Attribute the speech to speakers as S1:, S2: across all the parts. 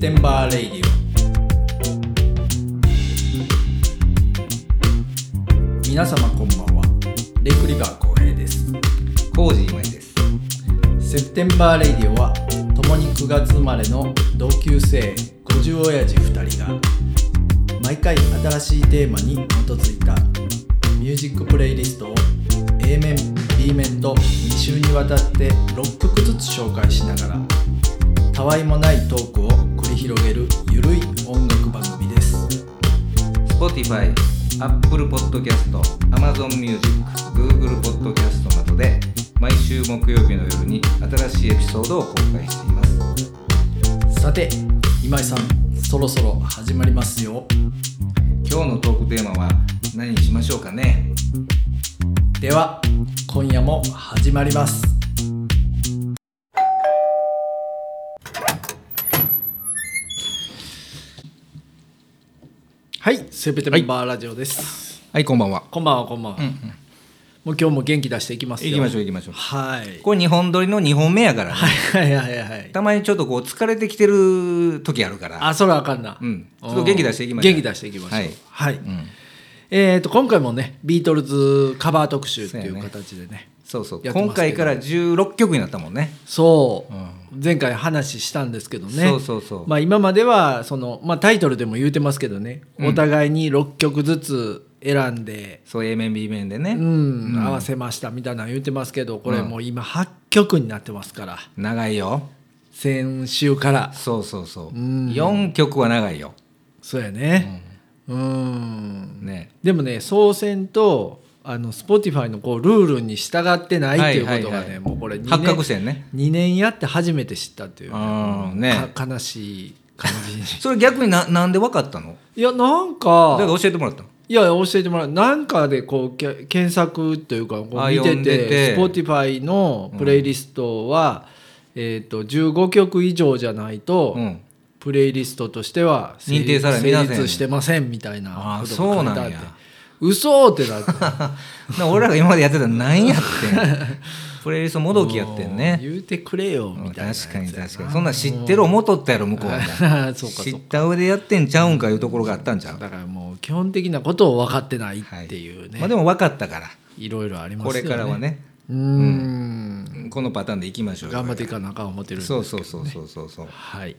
S1: テンバーレイディオ皆様こんばんはレイクリバー浩平です
S2: コージーまいです。
S1: セプテンバーレイディオは共に9月生まれの同級生50親父2人が毎回新しいテーマに基づいたミュージックプレイリストを A 面 B 面と2週にわたって6曲ずつ紹介しながらたわいもないトークを繰り広げるゆるい音楽番組です
S2: Spotify、Apple Podcast、Amazon Music、Google Podcast などで毎週木曜日の夜に新しいエピソードを公開しています。
S1: さて今井さんそろそろ始まりますよ
S2: 今日のトークテーマは何にしましょうかね
S1: では今夜も始まりますはいセプテンバーラジオです、
S2: はい、こんばんは。
S1: こんばんはこんばんは、
S2: うんうん。
S1: もう今日も元気出していきますよ
S2: 行きましょう行きましょう。
S1: はい
S2: これ2本撮りの2本目やからね。
S1: はいはいはいはい
S2: たまにちょっとこう疲れてきてる時あるから。
S1: あそれはあかんな、
S2: うんちょっと元気出していきましょう
S1: 元気出していきましょう
S2: はい
S1: はい、
S2: うん。
S1: えー、と今回もねビートルズカバー特集ってい
S2: そう
S1: う
S2: やね
S1: 形でね
S2: そうそう。
S1: やってますけど
S2: 今回から16曲になったもんね。
S1: そう、
S2: う
S1: 前回話したんですけどね
S2: そうそうそう
S1: まあ、今まではその、まあ、タイトルでも言うてますけどね、
S2: うん
S1: お互いに6曲ずつ選んで、
S2: そう、A 面 B 面でね。
S1: うん合わせましたみたいなの言うてますけどこれもう今8曲になってますから
S2: 長いよ。
S1: 先週から
S2: そうそうそう。
S1: うん
S2: 4曲は長いよ。
S1: そうやねうん
S2: ね。
S1: でもね総選とあの Spotify のこうルールに従ってないっていうことがね、
S2: はいはいはい
S1: もうこれ二年
S2: 発覚してんね。
S1: 2年やって初めて知ったっていうう、
S2: んね。
S1: か悲しい感じに
S2: それ逆にななんで分かったの？
S1: いやなん
S2: だ
S1: か
S2: から教えてもらったの。
S1: いや教えてもらうなんかでこうけ検索というかこう
S2: あ
S1: 見
S2: 読
S1: て
S2: んでて
S1: て Spotify のプレイリストは、えー、と15曲以上じゃないと、
S2: うん。
S1: プレイリストとしては成立
S2: 認定され
S1: 成
S2: ません
S1: 立してませんみたいな
S2: あー
S1: ことが書いて
S2: そう
S1: あ
S2: な
S1: っ
S2: ん
S1: て
S2: や
S1: 嘘ってなって
S2: な俺らが今までやってたのなんやって ん。プレイリストもどきやってんね。
S1: 言うてくれよ
S2: うん
S1: み
S2: 確
S1: たいなやつ
S2: か
S1: や
S2: に確かに。そんなん知ってる思っとったやろ向こうが。
S1: あー そうか
S2: 知
S1: そ
S2: っ
S1: うか
S2: た上でやってんちゃうんかいうところがあったんちゃう。
S1: だからもう基本的なことを分かってないっていうね、
S2: まあでも分かったから。
S1: いろいろあります
S2: こ
S1: よね
S2: れからはね、
S1: うーん
S2: このパターンでいきましょうよ。
S1: 頑張っていかなあかん思ってるんです
S2: そうそうそうそうそうそう。
S1: はい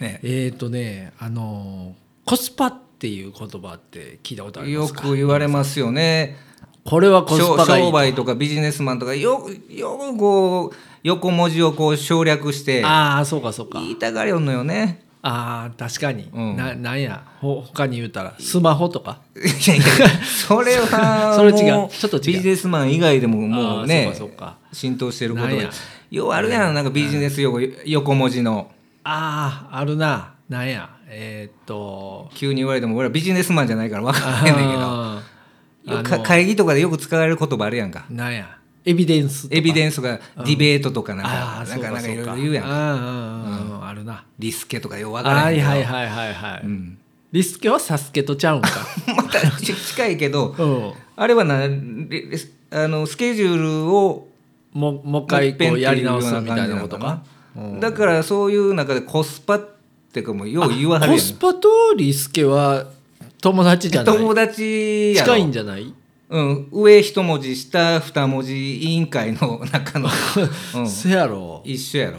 S2: ね。
S1: えっ、ー、とねあのーコスパっていう言葉って聞いたことありま
S2: よ
S1: すか
S2: く言われますよね。
S1: これはコス
S2: 商
S1: パがいい
S2: 商売とかビジネスマンとかよよくこう横文字をこう省略して
S1: ああそうかそうか
S2: 言いたがりよんのよ ね。
S1: ああ確かに、
S2: うん
S1: ななんやほ他に言うたらスマホとか
S2: いやいやそれ は
S1: それ違う
S2: も
S1: ちょっと違う
S2: ビジネスマン以外でももう
S1: あ
S2: ね
S1: ーそうかそうか
S2: 浸透してることが
S1: なんや
S2: ようあるやんなんかビジネス用語横文字の
S1: あああるななんやえーっと
S2: 急に言われても俺はビジネスマンじゃ ないから分からへんねんけど
S1: あー
S2: よ
S1: あ
S2: か
S1: の
S2: 会議とかでよく使われる言葉あるやんか
S1: なんやエビデンスとか
S2: エビデンスとかディベートとかなん
S1: あ
S2: か
S1: あ
S2: なんかなんかいろいろ
S1: そうかそうか
S2: 言うやんか
S1: うんうんうんうんあるな
S2: リスケとかよう分から
S1: は
S2: へ
S1: い
S2: んけど
S1: はいはいはいはい、
S2: うん
S1: リスケはサスケとちゃうん か
S2: また近いけど
S1: うん
S2: あれはなレレスあのスケジュールを
S1: もうもう一回こうやり直すみたいなこと
S2: も
S1: か
S2: う一遍っていうような感じなのかなだからそういう中でコスパっていうかもうよう言わはるや
S1: コ
S2: ん
S1: スパとリスケは友達じゃない
S2: 友達やろ
S1: 近いんじゃない、
S2: うん、上一文字下二文字委員会の中 の、うん
S1: せやろ
S2: 一緒やろ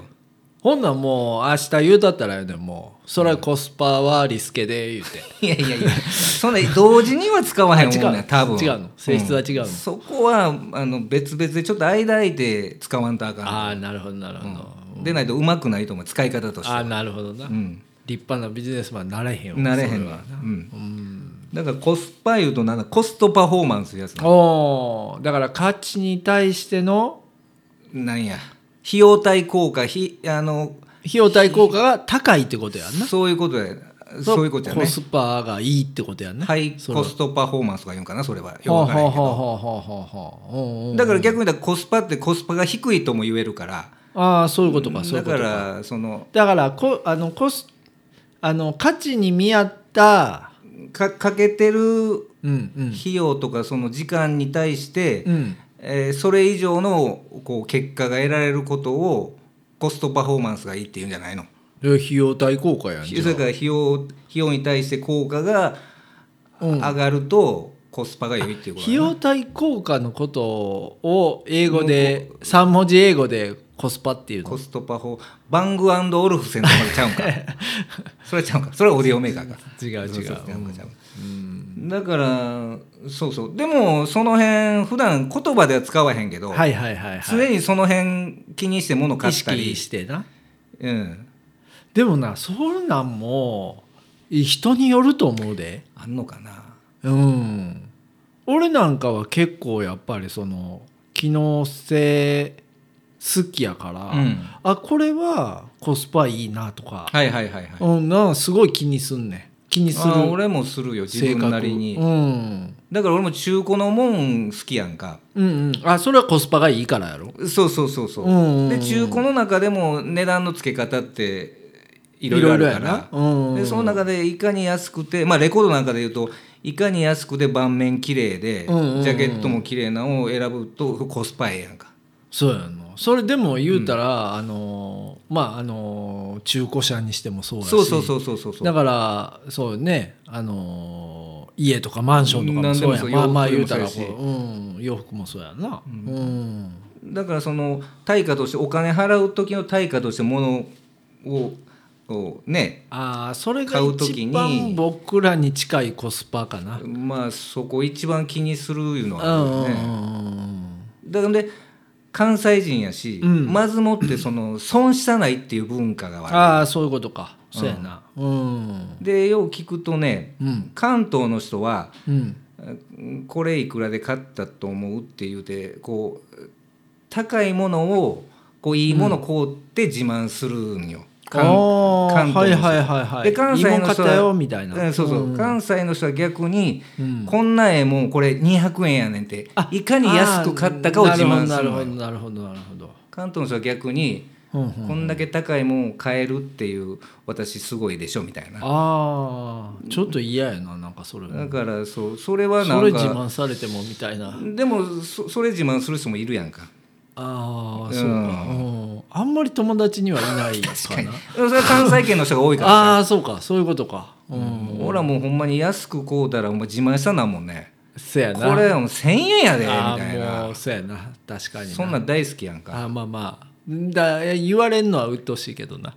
S1: ほんなんもう明日言うたったらよねもうそれはコスパはリスケで言うて
S2: いやいやいやそんな同時には使わへんもん
S1: あ違
S2: ね
S1: う
S2: 多分
S1: 違うの性質は違うの
S2: んそこはあの別々でちょっと間空いて使わんとあか
S1: ああなるほどなるほど、
S2: ん、でないとうまくないと思う使い方として
S1: ああ
S2: は
S1: なるほどな、
S2: うん
S1: 立派なビジネスマンになれへんよ
S2: なれへんわ、うん、だからコスパいうとなんだコストパフォーマンスやつな
S1: おーだから価値に対しての
S2: なんや費用対効果ひあの
S1: 費用対効果が高いってことやんな
S2: そういうことやそういうことや
S1: コ
S2: ね
S1: スパがいいってことやんな
S2: ハイ
S1: それは
S2: コストパフォーマンスとか言うんかなそれはよく
S1: は
S2: わ
S1: あ
S2: か
S1: は
S2: ら
S1: あ
S2: へ
S1: は
S2: んけど
S1: あはあはあはあ
S2: だから逆に言ったらコスパってコスパが低いとも言えるから
S1: ああそういうことかそうい
S2: だ
S1: うこと
S2: か
S1: から
S2: その
S1: だからこあのコスあの価値に見合った
S2: かかけてる
S1: うんうん
S2: 費用とかその時間に対して、
S1: うん
S2: えーそれ以上のこう結果が得られることをコストパフォーマンスがいいっていうんじゃないの
S1: え費用対効果やん
S2: ひ
S1: じゃ
S2: それから費用費用に対して効果が
S1: あうん
S2: 上がるとコスパが良いっていうこと
S1: 費
S2: だね
S1: 用対効果のことを英語で3文字英語でコスパっていうの
S2: コストパフォーバングオルフセンとかでちゃうんか それはちゃうんかそれはオーディオメーカーか
S1: 違う違う
S2: そうそうちゃんかちゃう
S1: うん
S2: だからそうそうでもその辺普段言葉では使わへんけど、
S1: はいはいはいは
S2: 常
S1: い
S2: にその辺気にして物買
S1: 意
S2: ったり
S1: 識してな
S2: うん、
S1: でもなそんなんも人によると思うで
S2: あんのかな
S1: うん俺なんかは結構やっぱりその機能性好きやから、
S2: うん
S1: あこれはコスパいいなとか、
S2: はいはいはいはい、
S1: うん、なんかすごい気にすんねん気にする
S2: あ俺もするよ自
S1: 性
S2: 分
S1: 格
S2: なりに、
S1: うん
S2: だから俺も中古のもん好きやんか
S1: うんうん、あそれはコスパがいいからやろ
S2: そうそうそうそう,、
S1: うんうんうん
S2: で中古の中でも値段の付け方ってい
S1: い
S2: ろいろあるか
S1: ろ
S2: ら
S1: いろやなうんうん、
S2: でその中でいかに安くて、まあ、レコードなんかで言うといかに安くて盤面綺麗で、
S1: うんうんうん
S2: ジャケットも綺麗なのを選ぶとコスパええやんか
S1: そうやのそれでも言うたら、あのーまああのー中古車にしてもそうやし
S2: そうそうそうそうそうそう
S1: だからそうねあのー家とかマンションとかもそうや
S2: うんん
S1: まあまあ言
S2: 何でも
S1: う
S2: そ
S1: た
S2: う
S1: らこう、うん、
S2: 洋服でも
S1: 洋服もそうやんなうん、
S2: だからその対価としてお金払う時の対価として物ををね
S1: ああそれが
S2: 買う時
S1: 一
S2: に
S1: 番僕らに近いコスパかな
S2: まあそこ一番気にするいうの
S1: う
S2: は
S1: ん
S2: あ
S1: うんう
S2: るよね、
S1: ん
S2: だからで関西人やし、
S1: うん
S2: まずもってその損したないっていう文化があ
S1: ああそういうことかそうやなうん
S2: るでよう聞くとね
S1: うん
S2: 関東の人は
S1: うん
S2: うんこれいくらで買ったと思うって言うてこう高いものをこういいもの買うって自慢するんよ、関
S1: あ
S2: 関
S1: ーはい
S2: 東の人
S1: はいはいはい
S2: で関西
S1: いいもん
S2: の
S1: 買っ
S2: 人は
S1: たよみたいな、
S2: うんそうそう、
S1: ん
S2: 関西の人は逆に、
S1: うん
S2: こんなええもんこれ200円やねんって
S1: あ
S2: いかに安く買ったかを自慢する
S1: あ
S2: の
S1: ーなる
S2: よ
S1: ほどなるほどなる
S2: 関東の人は逆に、
S1: ほど、うんうん
S2: こんだけ高いもんを買えるっていう私すごいでしょみたいな
S1: ああちょっと嫌やななんかそれ
S2: だからそうそれはな
S1: それ
S2: ん
S1: 自
S2: か
S1: 慢されてもみたいな
S2: でもそそれ自慢する人もいるやんか
S1: ああ
S2: うん
S1: そうか、うん、あんまり友達にはいないかな
S2: それは関西圏の人が多いからさ
S1: ああそうかそういうことかうん、
S2: 俺はもうほんまに安く買うたらお前自慢したなもんね
S1: せやな
S2: これもう1000円やでみ
S1: あ
S2: たい
S1: ーも
S2: な
S1: うそうやな確かにな
S2: そんなん大好きやんか
S1: あーまあまあだ言われんのは鬱陶しいけど な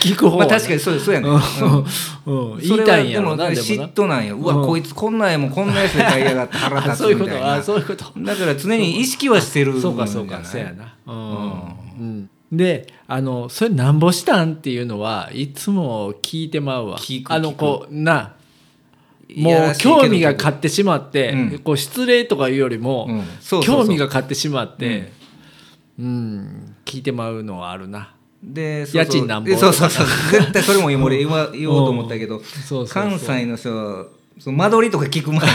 S1: 聞く方は
S2: まあ
S1: な、
S2: 確かにそうですそうやねん
S1: うんうん、言いたいんやろなで
S2: それはでも
S1: も
S2: 嫉
S1: な
S2: 妬なんようわ
S1: うん
S2: こいつこんなんやもんこんなやつで買いやがって腹
S1: あ
S2: 立
S1: そうい
S2: つ
S1: うこ
S2: みたい
S1: とあ
S2: な
S1: そういうこと
S2: だから常に意識はしてる
S1: そうかそう
S2: も
S1: か
S2: んじゃ
S1: そう
S2: ない
S1: やなうん、うんであのそれなんぼしたんっていうのはいつも聞いてまうわ
S2: 聞く
S1: あの
S2: 聞く
S1: こうないも
S2: や
S1: う
S2: らしいけど
S1: 興味が勝ってしまって、
S2: うん
S1: こう失礼とかいうよりも、
S2: うんそうそうそう
S1: 興味が勝ってしまってうん、聞いてまうのはあるな
S2: でそうそ
S1: 家
S2: う
S1: 賃なんぼ
S2: でそうそうそう絶対それも今俺言わ言おうと思ったけど
S1: そうそうそう
S2: 関西の人はその間取りとか聞 く前に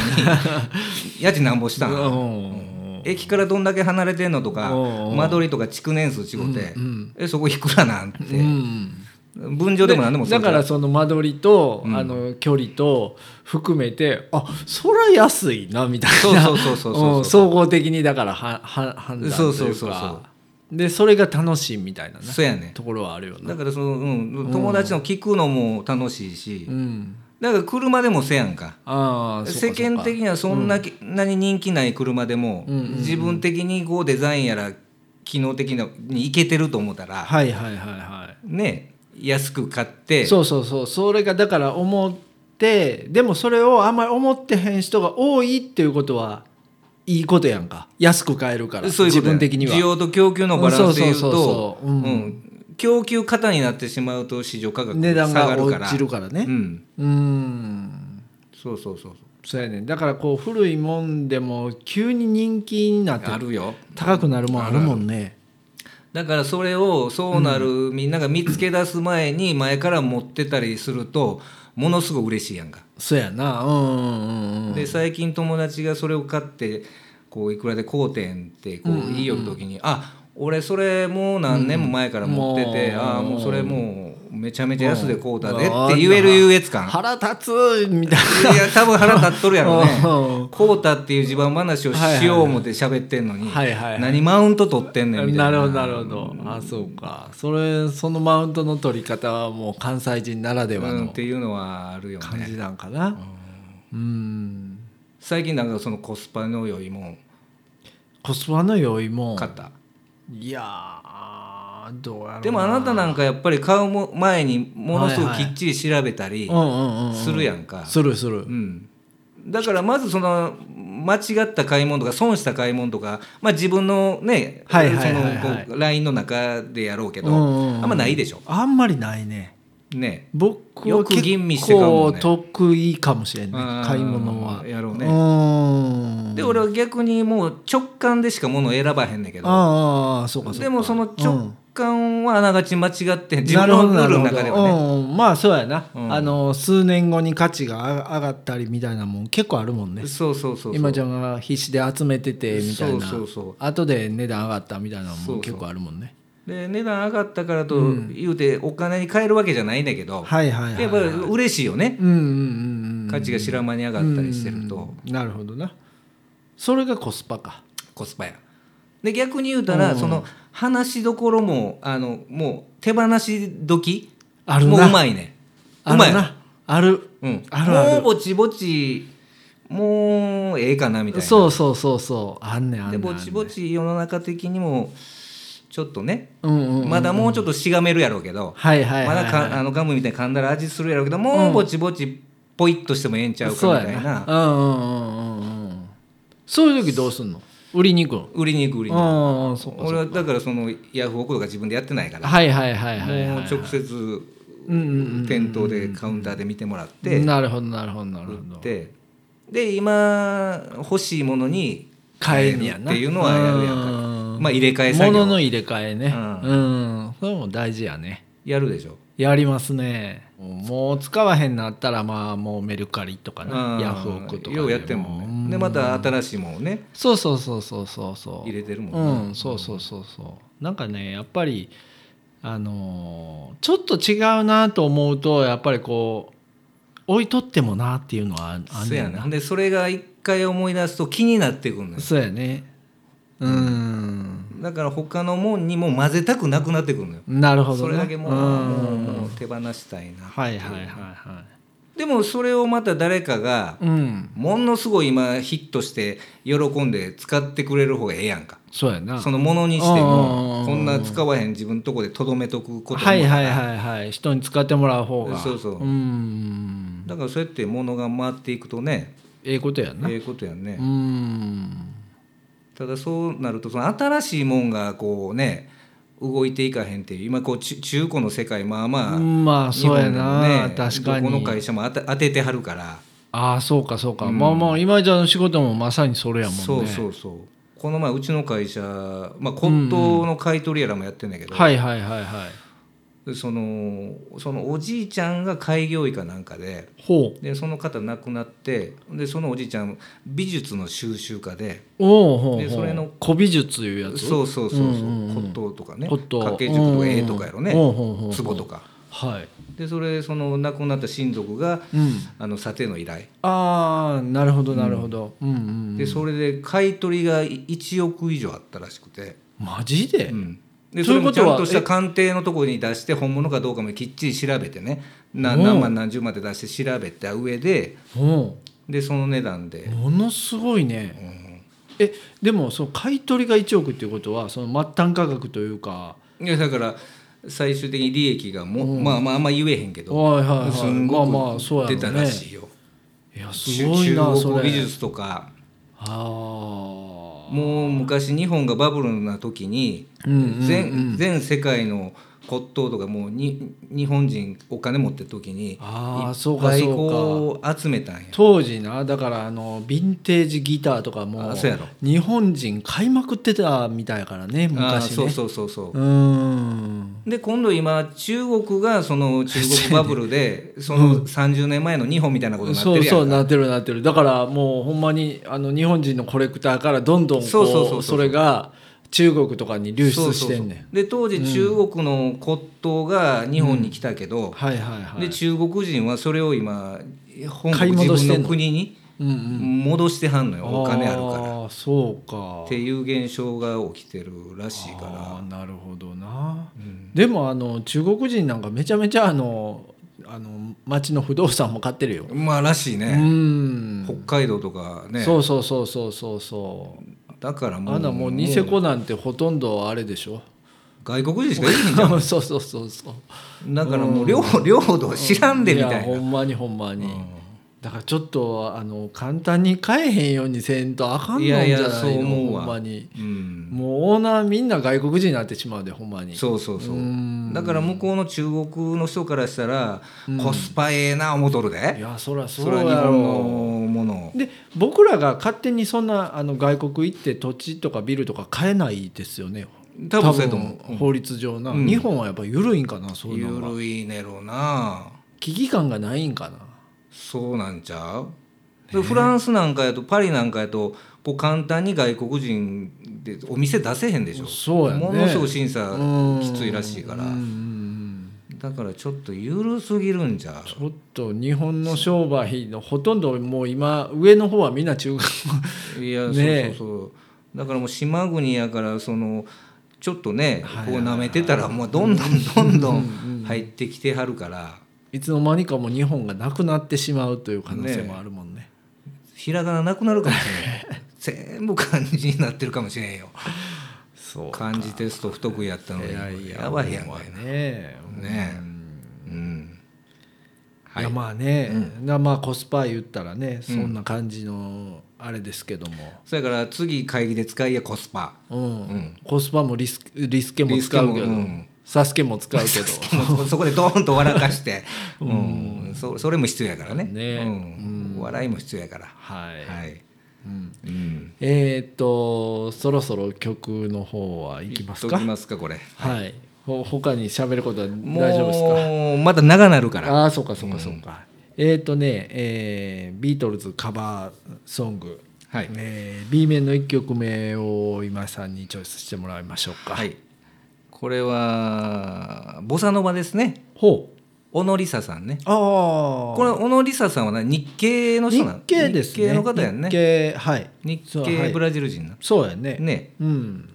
S2: 家賃なんぼした
S1: うんん
S2: 駅からどんだけ離れてんのとか
S1: うんうん
S2: 間取りとか築年数違うて、
S1: うんうん
S2: えそこいくらなんて、
S1: うん
S2: 分譲でも何でもそう
S1: だ
S2: じゃ
S1: か
S2: ん
S1: らその間取りと、
S2: うん
S1: あの距離と含めてあそりゃ安いなみたいな
S2: そうそうそうそうそうそうん
S1: 総合的にだからはは判断というか
S2: そうそうそうそ
S1: でそれが楽しいみたいなね
S2: そうやね
S1: ところはあるよな
S2: だからその、うん、友達の聞くのも楽しいし、
S1: うん
S2: だから車でもせやんか
S1: ああ
S2: 世間的
S1: に
S2: にはそんなき、何人気ない車でも、
S1: うんうんうん
S2: 自分的にこうデザインやら機能的にいけてると思ったら、
S1: はいはいはいは
S2: ね安く買っ
S1: い
S2: て
S1: そうそうそうそれがだから思ってでもそれをあんまり思ってへん人が多いっていうことはいいことやんか安く買えるから
S2: そういうこ
S1: 自
S2: とや
S1: 分的には
S2: 需要と供給のバランスでいう
S1: そうそう
S2: と
S1: そうそううん
S2: うん供給過多になってしまうと市場価格
S1: 値
S2: が
S1: 段
S2: 下が
S1: が
S2: るから
S1: 落ちるからね
S2: うん、
S1: うーん
S2: そうそうそうそ
S1: そうやねだからこう古いもんでも急に人気になっ
S2: うあ
S1: て
S2: るよ
S1: 高くなるもんあるもんね
S2: だからそれをそうなるみんなが見つけ出す前に前から持ってたりするとものすごい嬉しいやんか、
S1: そうやなうんうんうん
S2: で最近友達がそれを買ってこういくらで買うてんってこう言いよる時に、あ俺それもう何年も前から持ってて、
S1: うん
S2: ああもうそれもうめちゃめちゃ安でこうだでって言える優越感
S1: 腹立つみたい
S2: いや多分腹立っとるやろね
S1: うん
S2: こうたっていう自慢話をしよう思って喋ってんのに、
S1: はいはいはい
S2: 何マウント取ってんね
S1: なん
S2: みた
S1: ないるほ
S2: な
S1: どなるほどあそうかそれそのマウントの取り方はもう関西人ならでは
S2: うん、っ
S1: の
S2: ていうのはあるよ
S1: 感
S2: ね
S1: じなんかなうん
S2: 最近なんかそのコスパの良いもん
S1: コスパの良いもん
S2: 買った
S1: いやーどうやろう
S2: でもあなたなんかやっぱり買うも前にものすごくきっちり調べたり
S1: うんうんうんうん
S2: するやんか、
S1: するする
S2: うん、だからまずその間違った買い物とか損した買い物とか、まあ、自分のねそ
S1: はいはいはいはい
S2: のこうラインの中でやろうけど、
S1: うんうんうん
S2: あんまないでしょ。
S1: あんまりないね
S2: ね
S1: 僕
S2: よ
S1: は
S2: く
S1: 結
S2: 吟味して買うも
S1: 構
S2: んね
S1: 得意かもしれんね
S2: あー
S1: 買い物は
S2: やろうね
S1: ね
S2: で俺は逆にもう直感でしか物を選ばへんねんけど
S1: あーあーそうかそうか
S2: でもその
S1: うん
S2: 直感はあながち間違ってん自
S1: な
S2: 分
S1: るほど
S2: のルールの
S1: なる
S2: 中
S1: ほ
S2: で
S1: ど
S2: はね。
S1: うん、まあそうやな、
S2: うん
S1: あの数年後に価値が上がったりみたいなもん結構あるもんね
S2: そうそうそうそう
S1: 今ちゃんが必死で集めててみたいな
S2: そうそうそう
S1: 後で値段上がったみたいな
S2: そう
S1: も
S2: そうん
S1: 結構あるもんね
S2: で値段上がったからと言うてお金に換えるわけじゃないんだけど、
S1: はいはいはい、
S2: やっぱり嬉しいよね
S1: うんうんうんうん
S2: 価値が知らん間に上がったりしてると。
S1: うんなるほどなそれがコスパか
S2: コスパやで逆に言うたら、その話しどころもあのもう手放し時
S1: あるな
S2: もううまいね
S1: あ
S2: うまい
S1: るなある
S2: うん、
S1: あるある
S2: もうぼちぼちもうええかなみたいな
S1: そうそうそうそうあんねんあんね
S2: で
S1: ん
S2: ぼちぼち世の中的にもちょっとね、
S1: うんうんうん
S2: まだもうちょっとしがめるやろうけど、
S1: はいはいはい、はい、
S2: まだかあのガムみたいに噛んだら味するやろうけどもうぼちぼちポイッとしてもええんちゃうか
S1: そう
S2: み
S1: や
S2: たいな
S1: なうんうんうんうんうんそういう時どうすんの売りに行くの
S2: 売りに行く売りに行
S1: ああそ
S2: く
S1: うか
S2: 俺はだからそのヤフオクとか自分でやってないから
S1: はいはいはいはいはい
S2: もう直接店頭でカウンターで見てもらって
S1: なるほどなるほどなるほど
S2: でで今欲しいものに
S1: 買え
S2: る
S1: にや
S2: っ
S1: な
S2: ていうのはやるやんか
S1: うん
S2: まあ入れ替え作
S1: 物
S2: 業
S1: の入れ替えね
S2: う
S1: うんそれも大事やね
S2: やるでしょ
S1: やりますねもう使わへんなったらまあもうメルカリとかね
S2: うん
S1: ヤフオクとかで
S2: ようやってんもんねでまた新しいものをね
S1: そうそうそうそうそうそう
S2: 入れてるもんね
S1: うんそうそうそうそうなんかねやっぱりあのーちょっと違うなと思うとやっぱりこう置いとってもなっていうのはああん
S2: そう
S1: ね
S2: や
S1: ん
S2: な
S1: な
S2: ほんでそれが一回思い出すと気になってくるのよ
S1: そうやねうん、
S2: だから他のもんにも混ぜたくなくなってくるのよ
S1: なるほど
S2: そ
S1: ね
S2: れだけもうもうもう手放したいな
S1: はいはいはいは
S2: でもそれをまた誰かが
S1: いうん
S2: ものすごい今ヒットして喜んで使ってくれる方がええやんか
S1: そうやな
S2: そのものにしても
S1: うん
S2: こんな使わへん自分のとこでとどめとくことも
S1: はいはいはいはい人に使ってもらう方が
S2: そうそう
S1: うん
S2: だからそうやってものが回っていくとね
S1: ええことやな、
S2: ええことやんね
S1: うん
S2: ただそうなるとその新しいもんがこうね動いていかへんっていう今こうち中古の世界まあまあ
S1: まあ
S2: 日
S1: そう
S2: 本
S1: や
S2: でもね
S1: な、確かに
S2: どこの会社も当て当ててはるから
S1: ああそうかそうか、まあまあ今井ちゃんの仕事もまさにそれやもんね
S2: そうそうそうこの前うちの会社まあ骨董の買い取りやらもやってんだけど
S1: はいはいはいはい
S2: そのそのおじいちゃんが開業医かなんかで
S1: ほう
S2: でその方亡くなってでそのおじいちゃん美術の収集家で
S1: おうほうほう
S2: でそれの
S1: 古美術いうやつ
S2: そうそうそうそう
S1: うんうんうん
S2: 骨董とかね
S1: 骨董
S2: 掛け軸と
S1: うんうんう
S2: か
S1: ん
S2: 絵とかやろね
S1: ほうほうほうほう
S2: 壺とか
S1: はい、
S2: でそれその亡くなった親族が
S1: うん、
S2: あの査定の依頼
S1: ああなるほどなるほど、うん、うんうん
S2: でそれで買い取りが1億以上あったらしくて、
S1: マジで、
S2: うん、で
S1: と
S2: そ
S1: い
S2: れ
S1: う
S2: も
S1: こ
S2: ち
S1: と
S2: ゃ
S1: は
S2: んとした鑑定のところに出して本物かどうかもきっちり調べてねな
S1: うん
S2: 何万何十万で出して調べた上で
S1: ほ
S2: でその値段で
S1: うものすごいね、えでもその買い取りが1億っていうことはその末端価格というか
S2: いやだから最終的に利益がも、うまあまああんま言えへんけど、
S1: はいはいはい
S2: すんごく
S1: まあまあそうやろう
S2: 出
S1: ね
S2: たらしいよ、
S1: いやす
S2: 中
S1: ごいな
S2: 中
S1: そ
S2: 国
S1: れ
S2: 美術とか
S1: ああ
S2: もう昔日本がバブルな時に、
S1: うんうんうん
S2: 全全世界の骨董とかもうに日本人お金持ってる時に
S1: あー
S2: いっ
S1: そうか
S2: ぱい
S1: そうか
S2: こう集めたんや
S1: 当時なだからあのヴィンテージギターとかも
S2: あそうやろ
S1: 日本人買いまくってたみたいやからね
S2: あー
S1: 昔ね
S2: そうそうそうそう
S1: うーん
S2: で今度今中国がその中国バブルでその30年前の日本みたいなことになって
S1: そうん
S2: るやか
S1: そうなってるなってるだからもうほんまにあの日本人のコレクターからどんどんこう
S2: そうそうそうそう
S1: それが中国とかに流出してんねん
S2: そうそうそうで当時中国の骨董が日本に来たけど、
S1: はいはいはい
S2: で中国人はそれを今本
S1: 買い
S2: 国
S1: 戻
S2: 自
S1: してんの
S2: 分の国に
S1: うんうん
S2: 戻してはんのよ、お金あるから。
S1: らそうか
S2: っていう現象が起きてるらしい
S1: あ
S2: か
S1: ーなるほどな
S2: ら、うん
S1: でもあの中国人なんかめちゃめちゃあのあの町の不動産も買ってるよ、
S2: まあらしいうね、
S1: ん
S2: 北海道とかね
S1: そうそうそうそうそうそう
S2: だからもう
S1: あんなもうニセコなんてほとんどあれでしょ
S2: 外国人しかいないじ ゃ
S1: そうそうそうそうん
S2: だからもう領,、領土知らんでみたい
S1: いや
S2: な
S1: ほんまにほんまに、
S2: うん
S1: だからちょっとあの簡単に買えへんようにせんとあかんのん
S2: い
S1: じゃな
S2: や
S1: い
S2: い
S1: の
S2: やそう思うわ
S1: ほんまに
S2: うん
S1: もうオーナーみんな外国人になってしまうでほんまに
S2: そうそうそう
S1: うん
S2: だから向こうの中国の人からしたら、コスパええな思うとる
S1: い
S2: で
S1: やそらそ
S2: そ
S1: ら
S2: れは日
S1: やろ
S2: 本のもの
S1: で僕らが勝手にそんなあの外国行って土地とかビルとか買えないですよね
S2: 多分そうやと思
S1: 多分法律上な、
S2: うん
S1: 日本はやっぱ緩いんかなそう
S2: う
S1: いうのは
S2: 緩いねろな
S1: 危機感がないんかな
S2: そうなんちゃうでフランスなんかやとパリなんかやとこう簡単に外国人でお店出せへんでしょ
S1: そうやね
S2: ものすごい審査
S1: うん
S2: きついらしいから
S1: うんうんうん
S2: だからちょっと緩すぎるんじゃう
S1: ちょっと日本の商売のほとんどもう今上の方はみんな中華
S2: いや、
S1: ねえ
S2: そうそうそうだからもう島国やからそのちょっとね
S1: はい
S2: こう舐めてたらもうどんどんどんどん入ってきてはるから
S1: いつの間にかもう日本がなくなってしまうという可能性もあるもんね
S2: ひらがななくなるかもし れない全部漢字になってるかもしれんよ
S1: そう
S2: 漢字テスト不得意やったのに
S1: い
S2: や
S1: やいや
S2: ばいやん
S1: ほ
S2: か
S1: んまや
S2: い
S1: ね
S2: ね
S1: うん
S2: うん
S1: い
S2: はい
S1: やまあね、なまあコスパ言ったらねそんな感じのあれですけども、
S2: それから次会議で使いやコスパ
S1: うん
S2: ん
S1: コスパもリスリスケも使うけ
S2: リスケ
S1: ど、
S2: もうん
S1: サスケも使うけ
S2: もうそこでドーンと笑か して、うんそそれも必要やからね
S1: ね
S2: うん笑いも必要やから
S1: どはい、
S2: はい、
S1: うん
S2: うん
S1: えーっとそろそろ曲の方はいきます
S2: 言
S1: か
S2: っときますかこれ
S1: はいほ他に喋ることは
S2: もう
S1: 大丈夫ですか
S2: まだ長なるから
S1: ああーそうかそうかそうか、えーっとね、えービートルズカバーソング
S2: はい、
S1: えー B 面の1曲目を今井さんにチョイスしてもらいましょうか。
S2: はい、これはボサノバですね
S1: ほう
S2: 小野梨沙さんね
S1: ああ
S2: これ小野梨沙さんはな日系の人なの
S1: 日系ですね。
S2: 日系の方やんね
S1: 日系はい。
S2: 日
S1: そうは
S2: 系
S1: い
S2: ブラジル人な、
S1: そうやね。
S2: ね
S1: うん。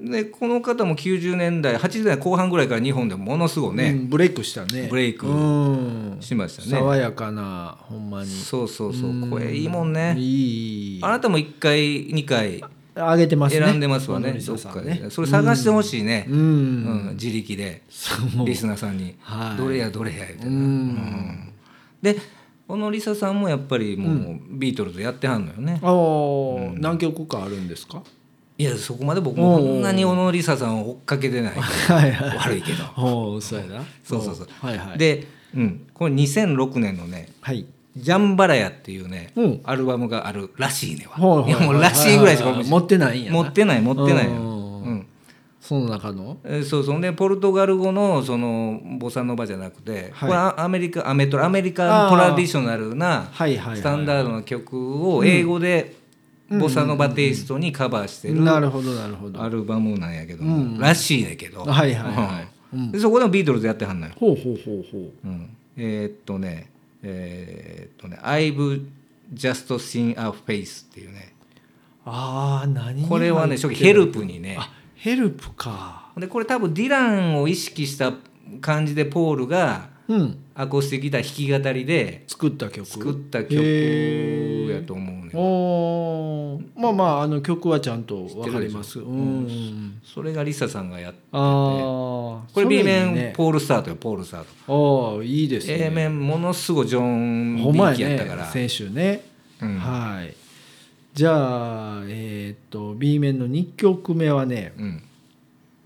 S2: でこの方も90年代80年代後半ぐらいから日本でものすごいね、
S1: うんブレイクしたね。
S2: ブレイク
S1: うん。
S2: しましたね
S1: 爽やかなほんまに。
S2: そうそうそう
S1: うん
S2: 声いいもんね
S1: いい。
S2: あなたも1回2回
S1: あげてますね。
S2: 選んでますわね
S1: 小野
S2: ど
S1: 梨沙
S2: っか
S1: さん
S2: で
S1: ね。
S2: それ探してほしいね、
S1: う
S2: うん
S1: ん。
S2: 自力で
S1: そう
S2: リスナーさんに、
S1: はい
S2: どれやどれやみたいな。
S1: うん
S2: うんで小野梨沙さんもやっぱりもうビートルズやってはんのよね。
S1: ああ何曲かあるんですか。
S2: いやそこまで僕もこんなに小野梨沙さんを追っかけてない
S1: はいはい。
S2: 悪いけ ど。
S1: ほう そうやな。
S2: そうそうそう
S1: はいはい。
S2: で、うん、これ2006年のね
S1: はい。
S2: 「ジャンバラヤ」っていうね、
S1: うん
S2: アルバムがあるらしいねわ。
S1: ほうほう
S2: やもうらしいぐらいしか
S1: ははは
S2: 持
S1: 持ってないんやな
S2: ってない持ってないよ。
S1: うん
S2: うん
S1: その中の
S2: えーそうそうでポルトガル語のそのボサノバじゃなくて、
S1: はい
S2: これアアメリカアメトラアメリカのトラディショナルな
S1: はいはいはい
S2: スタンダードな曲を英語でボサノバテイストにカバーしてる
S1: なるほどなるほど
S2: ア
S1: はい
S2: ルバムなんやけど、
S1: うん
S2: らしいねんけど、
S1: はいはい、う
S2: うん
S1: ん、
S2: でそこでもビートルズやってはんのよ、
S1: ほうほうほうほう
S2: うんえーっとねえーっとね「I've just seen a face」っていうね
S1: ああ何
S2: これはね初期ヘルプにね
S1: あヘルプか
S2: でこれ多分ディランを意識した感じでポールが
S1: うん
S2: アコースティックギター弾き語りで
S1: 作った曲
S2: 作った曲
S1: へー
S2: やと思うね
S1: おーまあまああの曲はちゃんとわかりますうん
S2: それがリサさんがやっ
S1: あー
S2: これ
S1: そ
S2: B
S1: いい
S2: 面
S1: ね
S2: ポール・スタートよポール・スタート
S1: ああいいです
S2: A
S1: ね
S2: 面ものすごいジョン・ビ
S1: ほんま
S2: ーキ
S1: や
S2: や
S1: ね
S2: ったから
S1: 先週ね、
S2: うん
S1: はいじゃあえーっと B 面の2曲目はね
S2: うん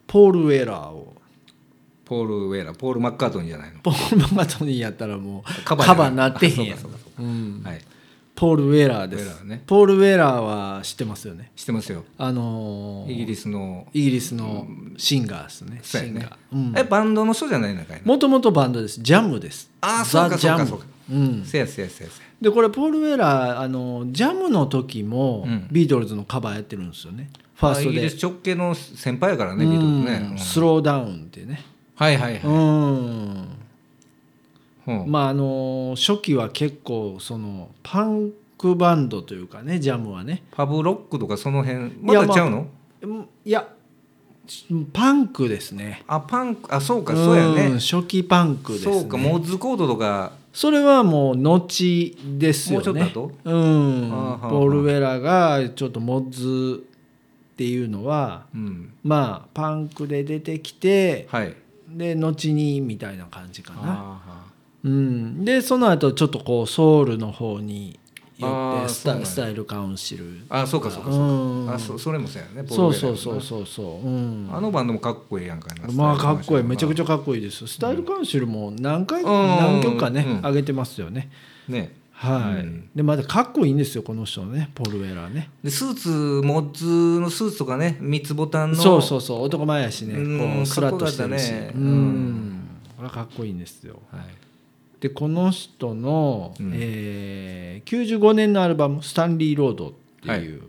S1: ポール・ウェラーを
S2: ポール・ウェラポール・マッカートニーじゃないの
S1: ポール・ママトニーやったらもう
S2: カ
S1: カ
S2: バ
S1: バ
S2: ー
S1: ーになってへんやん
S2: あそうかそう
S1: う
S2: か
S1: ん
S2: はい
S1: ポール・ウェラーで
S2: ウェラ
S1: す
S2: ーね
S1: ポール・ウェラーは知ってますよね
S2: 知ってますよ
S1: あのー
S2: イギリスの
S1: イギリスのシンガーですねシ
S2: そうや
S1: ンガ
S2: ね
S1: ーうん
S2: えバンドの人じゃないのかいな
S1: もともとバンドですジャムです
S2: あーそうか
S1: ザジャム
S2: そうか
S1: うん
S2: せやせやせやせや
S1: でこれポール・ウェラーあのジャムの時も
S2: うん
S1: ビートルズのカバーやってるんですよね、ファース
S2: ま
S1: ト
S2: あイギ
S1: で
S2: リス直系の先輩やからね、ビートルズね
S1: う。
S2: うん
S1: んスローダウンってね
S2: はいはいはい。
S1: うん
S2: うん
S1: まああの初期は結構そのパンクバンドというかねジャムはね
S2: パブロックとかその辺
S1: い
S2: ま
S1: や
S2: だちゃうの
S1: うんいやパンクですね
S2: あパンクあそうかそうや
S1: ん
S2: ね
S1: 初期パンクですね
S2: そうかモーズコードとか
S1: それはもう後ですよね
S2: もうちょっと後
S1: うん
S2: あーはーはー
S1: ポール・ウェラがちょっとモッズっていうのは
S2: うん
S1: まあパンクで出てきて
S2: はい
S1: で後にみたいな感じかな、
S2: あ
S1: うん、でその後ちょっとこうソウルの方に寄っ
S2: あー
S1: てス
S2: そうなん
S1: タ
S2: や
S1: スタイルカウンシル
S2: ーはーあそうかそうかそうか
S1: うん
S2: あそそれもそうやねポール
S1: そ
S2: ウ
S1: う
S2: ェラ
S1: そう
S2: の
S1: そうそうそう、うん、
S2: あのバンドもかっこいいやんかな
S1: まあかっこいいめちゃくち
S2: ゃ
S1: ゃかっこいいですスタイルカウンシルも何回、
S2: うん
S1: 何曲かね、
S2: うん
S1: 上げてますよね
S2: ね
S1: はい、
S2: うん
S1: でまだかっこいいんですよこの人ねポルウェラね
S2: でスーツモッズのスーツとかね三つボタンの
S1: そうそうそう男前やし
S2: うん
S1: ねこうスラッとしてるし
S2: かっこよかった
S1: う
S2: ね
S1: んこれはかっこいいんですよ
S2: はい
S1: でこの人の、
S2: うん
S1: えー95年のアルバム「スタンリー・ロード」っていう、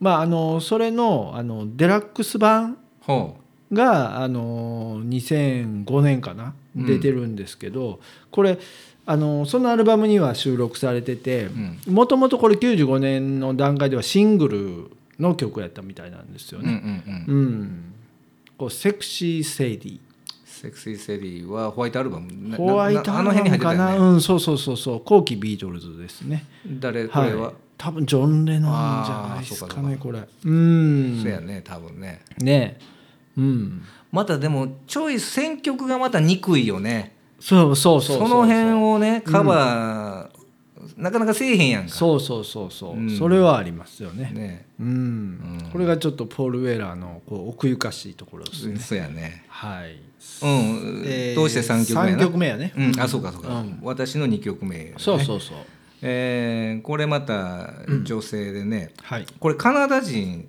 S1: まああのそれのあのデラックス版
S2: ほ
S1: があの2005年かな
S2: うん
S1: 出てるんですけど、これあのそのアルバムには収録されてて
S2: ううん
S1: もともとこれ95年の段階ではシングルの曲やったみたいなんです
S2: う
S1: よ
S2: んうんう
S1: ね。
S2: ん
S1: うんこうセクシー・セイディ
S2: セクシーセリーはホワイトアルバムな
S1: ホワイトア
S2: なあ
S1: ル
S2: の辺に
S1: バ
S2: 入
S1: ム
S2: って
S1: かな、
S2: たよね
S1: うんそうそうそうそう後期ビートルズですね
S2: 誰これはい
S1: 多分ジョン・レノンじゃないです
S2: あーそうか
S1: か
S2: そう
S1: ね
S2: か
S1: これうん
S2: そうやね多分ね
S1: ねうん
S2: またでもちょい選曲がまた憎いよね
S1: そうそうそう
S2: そうの辺をねカバー、なかなかせえへんやんか
S1: そうそうそうそう、
S2: うん
S1: それはありますよね
S2: ね
S1: うん、
S2: うん
S1: これがちょっとポール・ウェラーのこう奥ゆかしいところですね、
S2: そうやね
S1: はい、
S2: うん、
S1: えー
S2: どうして3曲目や
S1: 三
S2: な
S1: 曲目やね、
S2: うん、あそうかそうか、
S1: うん
S2: 私の2曲目、ね、
S1: そうそうそう
S2: えーこれまた女性でね、
S1: はい
S2: これカナダ人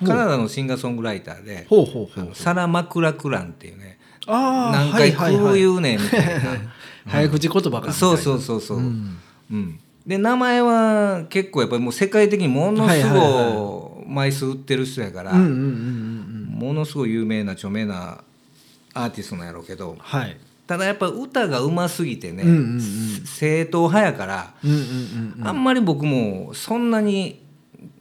S1: ほう
S2: カナダのシンガーソングライターで
S1: ほうほう
S2: あ
S1: ほう
S2: のサラ・マクラクランっていうね
S1: ああ
S2: 何回こ
S1: はいはいうはい
S2: 言うねんみたいな、
S1: 早口言葉かみたいな
S2: そうそうそうそう、
S1: うん
S2: うん、で名前は結構やっぱりもう世界的にもの
S1: はい
S2: す
S1: はい
S2: ごい枚数売ってる人やから、
S1: うんうんうんうん
S2: ものすごい有名な著名なアーティストなんやろうけど
S1: うんはい
S2: ただやっぱ歌がうますぎてね、
S1: うんうんうん
S2: 正統派やから、
S1: うんうんうんうん
S2: あんまり僕もそんなに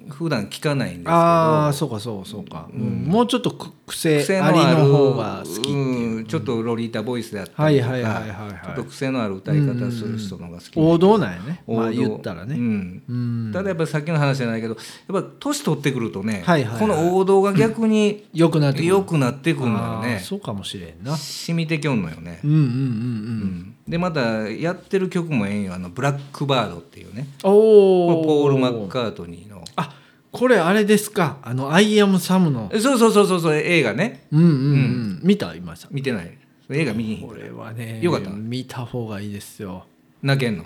S2: 普段聞かないんですけど
S1: ああそうかそうかそうか、うんもうちょっとく癖
S2: 癖の
S1: あり
S2: ある
S1: の方が好きっていう、
S2: うんちょっとロリータボイスであったりとか、
S1: はいはいはいはいはい
S2: ちょっと癖のある歌い方する人の方が好き、
S1: 王道なんやねまあ
S2: 王道
S1: 言ったら
S2: う
S1: ね
S2: ん
S1: うん
S2: ただやっぱりさっきの話じゃないけどやっぱ年取ってくるとね、
S1: はいはいはい
S2: この王道が逆に
S1: よくなってくる
S2: 良くなってくるのよ
S1: あー
S2: ね
S1: そうかもしれんな
S2: 染みてきょんのよね
S1: う、んうんうん
S2: う
S1: うん
S2: んでまたやってる曲もええんよあの「ブラックバード」っていうねこ
S1: お
S2: れ
S1: お
S2: ポール・マッカートニーの
S1: あこれあれですかあの「アイアムサムの
S2: えそうそうそうそうそう映画ね
S1: うんうんうん見た今さ
S2: 見てない映画見に行
S1: こ
S2: っ
S1: れはね
S2: よかった
S1: 見た方がいいですよ
S2: 泣けんの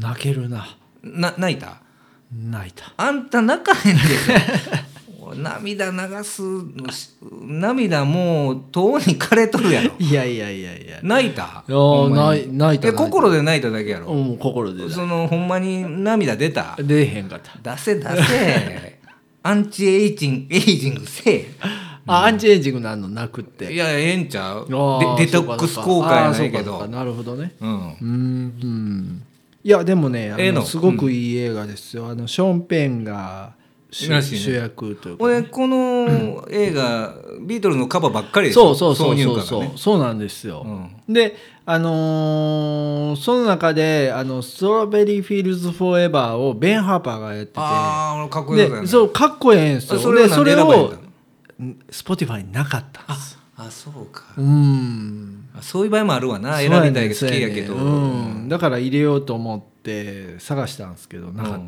S1: 泣けるな
S2: な泣いた
S1: 泣いた
S2: あんた泣かへんでし ょ俺涙流すのし涙もうとうに枯れと るやろ
S1: いやいやいやいや
S2: 泣いた
S1: いやー
S2: ほんまに
S1: ない泣いた泣いた
S2: や心で泣いただけやろ
S1: うん心で
S2: そのほんまに涙出た
S1: 出えへんかった
S2: 出せ出せ アンチエイジングエイジングせ
S1: あアンチエイジングなんの泣くっ
S2: えい
S1: て
S2: やええんちゃう
S1: あー
S2: デデトックス効果やないけ
S1: そうかそうかあーそうかそうか
S2: ど
S1: なるほどね
S2: うん
S1: うーんいやでもねあの
S2: ええの
S1: すごくいい映画ですよ、あのショーン・ペンが主,、
S2: らしいね
S1: 役というかね、
S2: 俺この映画ビートルズのカバーばっかりでし
S1: そ
S2: ょ
S1: うそうそう
S2: 挿入
S1: そ
S2: 歌
S1: う
S2: が
S1: そう、
S2: ね
S1: そうなんですよ、
S2: う
S1: であのーその中であの「ストロベリー・フィールズ・フォーエバー」をベン・ハーパーがやってて
S2: ああかっこよかった
S1: で
S2: ね
S1: そうかっこええんすよ
S2: あそれを
S1: で
S2: なんで選ばへんかったの
S1: スポティファイになかったんです
S2: あそうか
S1: うーん
S2: あそういう場合もあるわな選
S1: そうやね
S2: びたいが好きやけど
S1: そうやねうん、だから入れようと思って探したんですけどなかったう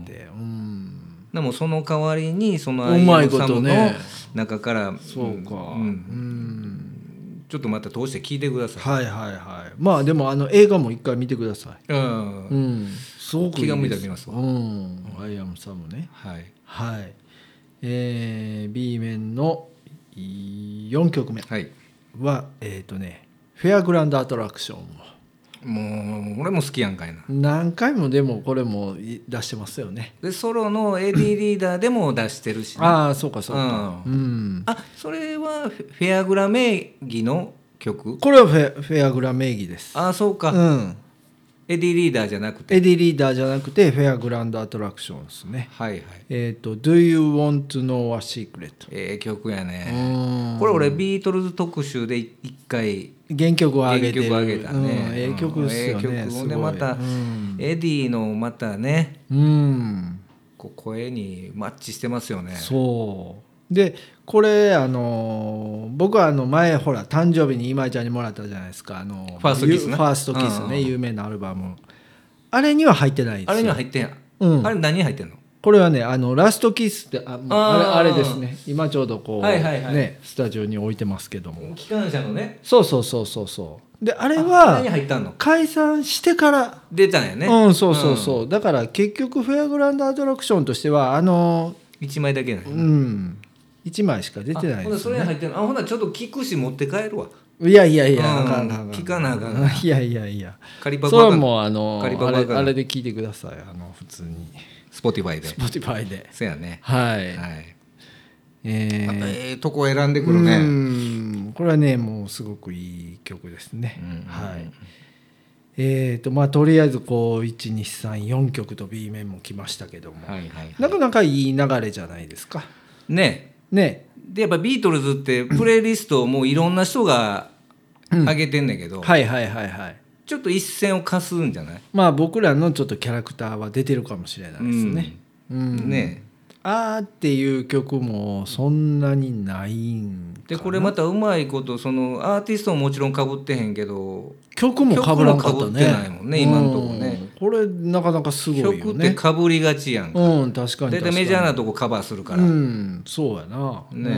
S1: ん
S2: でもその代わりにその
S1: うまいことね
S2: アイアンサムの中から
S1: そうか、う
S2: んうん
S1: ん
S2: ちょっとまた通して聞いてください、
S1: はいはいはいまあでもあの映画も一回見てください
S2: うん
S1: うんすごくいいです
S2: 気が向いたら見ますわ
S1: うんアイアムサムね
S2: はい
S1: はいえー、B 面の4曲目
S2: はい
S1: はえっ、とね「フェアグラウンドアトラクション」
S2: もう俺も好きやんかいな
S1: 何回もでもこれもい出してますよね
S2: でソロの AD リーダーでも出してるしね、
S1: ああそうかそうかうん、
S2: あそれはフェフェアグラ名義の曲
S1: これはフェフェアグラ名義です
S2: あそうか、
S1: うん
S2: エディリーダーじゃなくて
S1: エディリーダーじゃなくてフェアグランドアトラクションですね
S2: はいはい
S1: えっ、と「Do you want to know a secret
S2: ええ曲や」ね、
S1: うん
S2: これ俺ビートルズ特集で一一回
S1: 原曲を上げて
S2: 原
S1: る
S2: 曲上げた
S1: うん
S2: ね、
S1: ええ曲
S2: うん
S1: ですよね、
S2: ええ曲
S1: す
S2: を
S1: ご
S2: ね
S1: い
S2: また、
S1: うん、
S2: エディのまたね
S1: うん
S2: こう声にマッチしてますよね
S1: そうでこれあのー僕はあの前ほら誕生日に今井ちゃんにもらったじゃないですかあの
S2: ファーストキスね
S1: ゆファーストキスね、
S2: うんうん
S1: 有名なアルバムあれには入ってないですよ
S2: あれには入ってんや、
S1: うん
S2: あれ何入ってんの
S1: これはねあのラストキスってあもうあ
S2: あー
S1: れあれですね今ちょうどこう、
S2: はいはいはい
S1: ねスタジオに置いてますけども
S2: 機関車のね
S1: そうそうそうそうそうであれ
S2: あ何
S1: は
S2: 入ったの
S1: 解散してから
S2: 出たんやね
S1: うんそうそうそう、だから結局フェアグラウンドアトラクションとしてはあの
S2: うん、1枚だけなの
S1: うん1枚しか出て
S2: あ
S1: ないで
S2: ほんなら
S1: す
S2: それに入ってんのあほんならちょっと聞くし持って帰るわ
S1: いやいやいや、あ
S2: うん
S1: かんあかんあかん
S2: 聞かなあかんな
S1: いやいやいや
S2: 仮パ
S1: それは
S2: パ
S1: もうあの
S2: ガリバ
S1: あ
S2: バア
S1: れ
S2: カ
S1: あれで聞いてくださいあの普通に
S2: スポティファイで
S1: Spotify で
S2: そうやね
S1: はい、
S2: はい
S1: え
S2: また
S1: ー
S2: ええとこ選んでく
S1: う
S2: るね
S1: んこれはねもうすごくいい曲ですね、
S2: うんうんうん
S1: はいえーとまあとりあえずこう1234曲と B 面も来ましたけども、
S2: はいはい
S1: なかなかいい流れじゃないですか
S2: ね
S1: ね
S2: でやっぱビートルズってプレイリストをもういろんな人が
S1: うん
S2: 上げてんだけど、
S1: はいはいはいはい
S2: ちょっと一線を貸すんじゃない
S1: まあ僕らのちょっとキャラクターは出てるかもしれないですね、うん
S2: ね
S1: あーっていう曲もそんなにないん
S2: でこれまたうまいことそのアーティストももちろんかぶってへんけど
S1: 曲もかぶらんかった
S2: 曲も
S1: ね
S2: 被ってないもんね今んとこね
S1: うんこれなかなかすごいよね
S2: 曲ってかぶりがちやんか
S1: うん確かに
S2: 大
S1: 確か
S2: 体
S1: に
S2: メジャーなとこカバーするから、
S1: う
S2: うん
S1: そうやな
S2: ね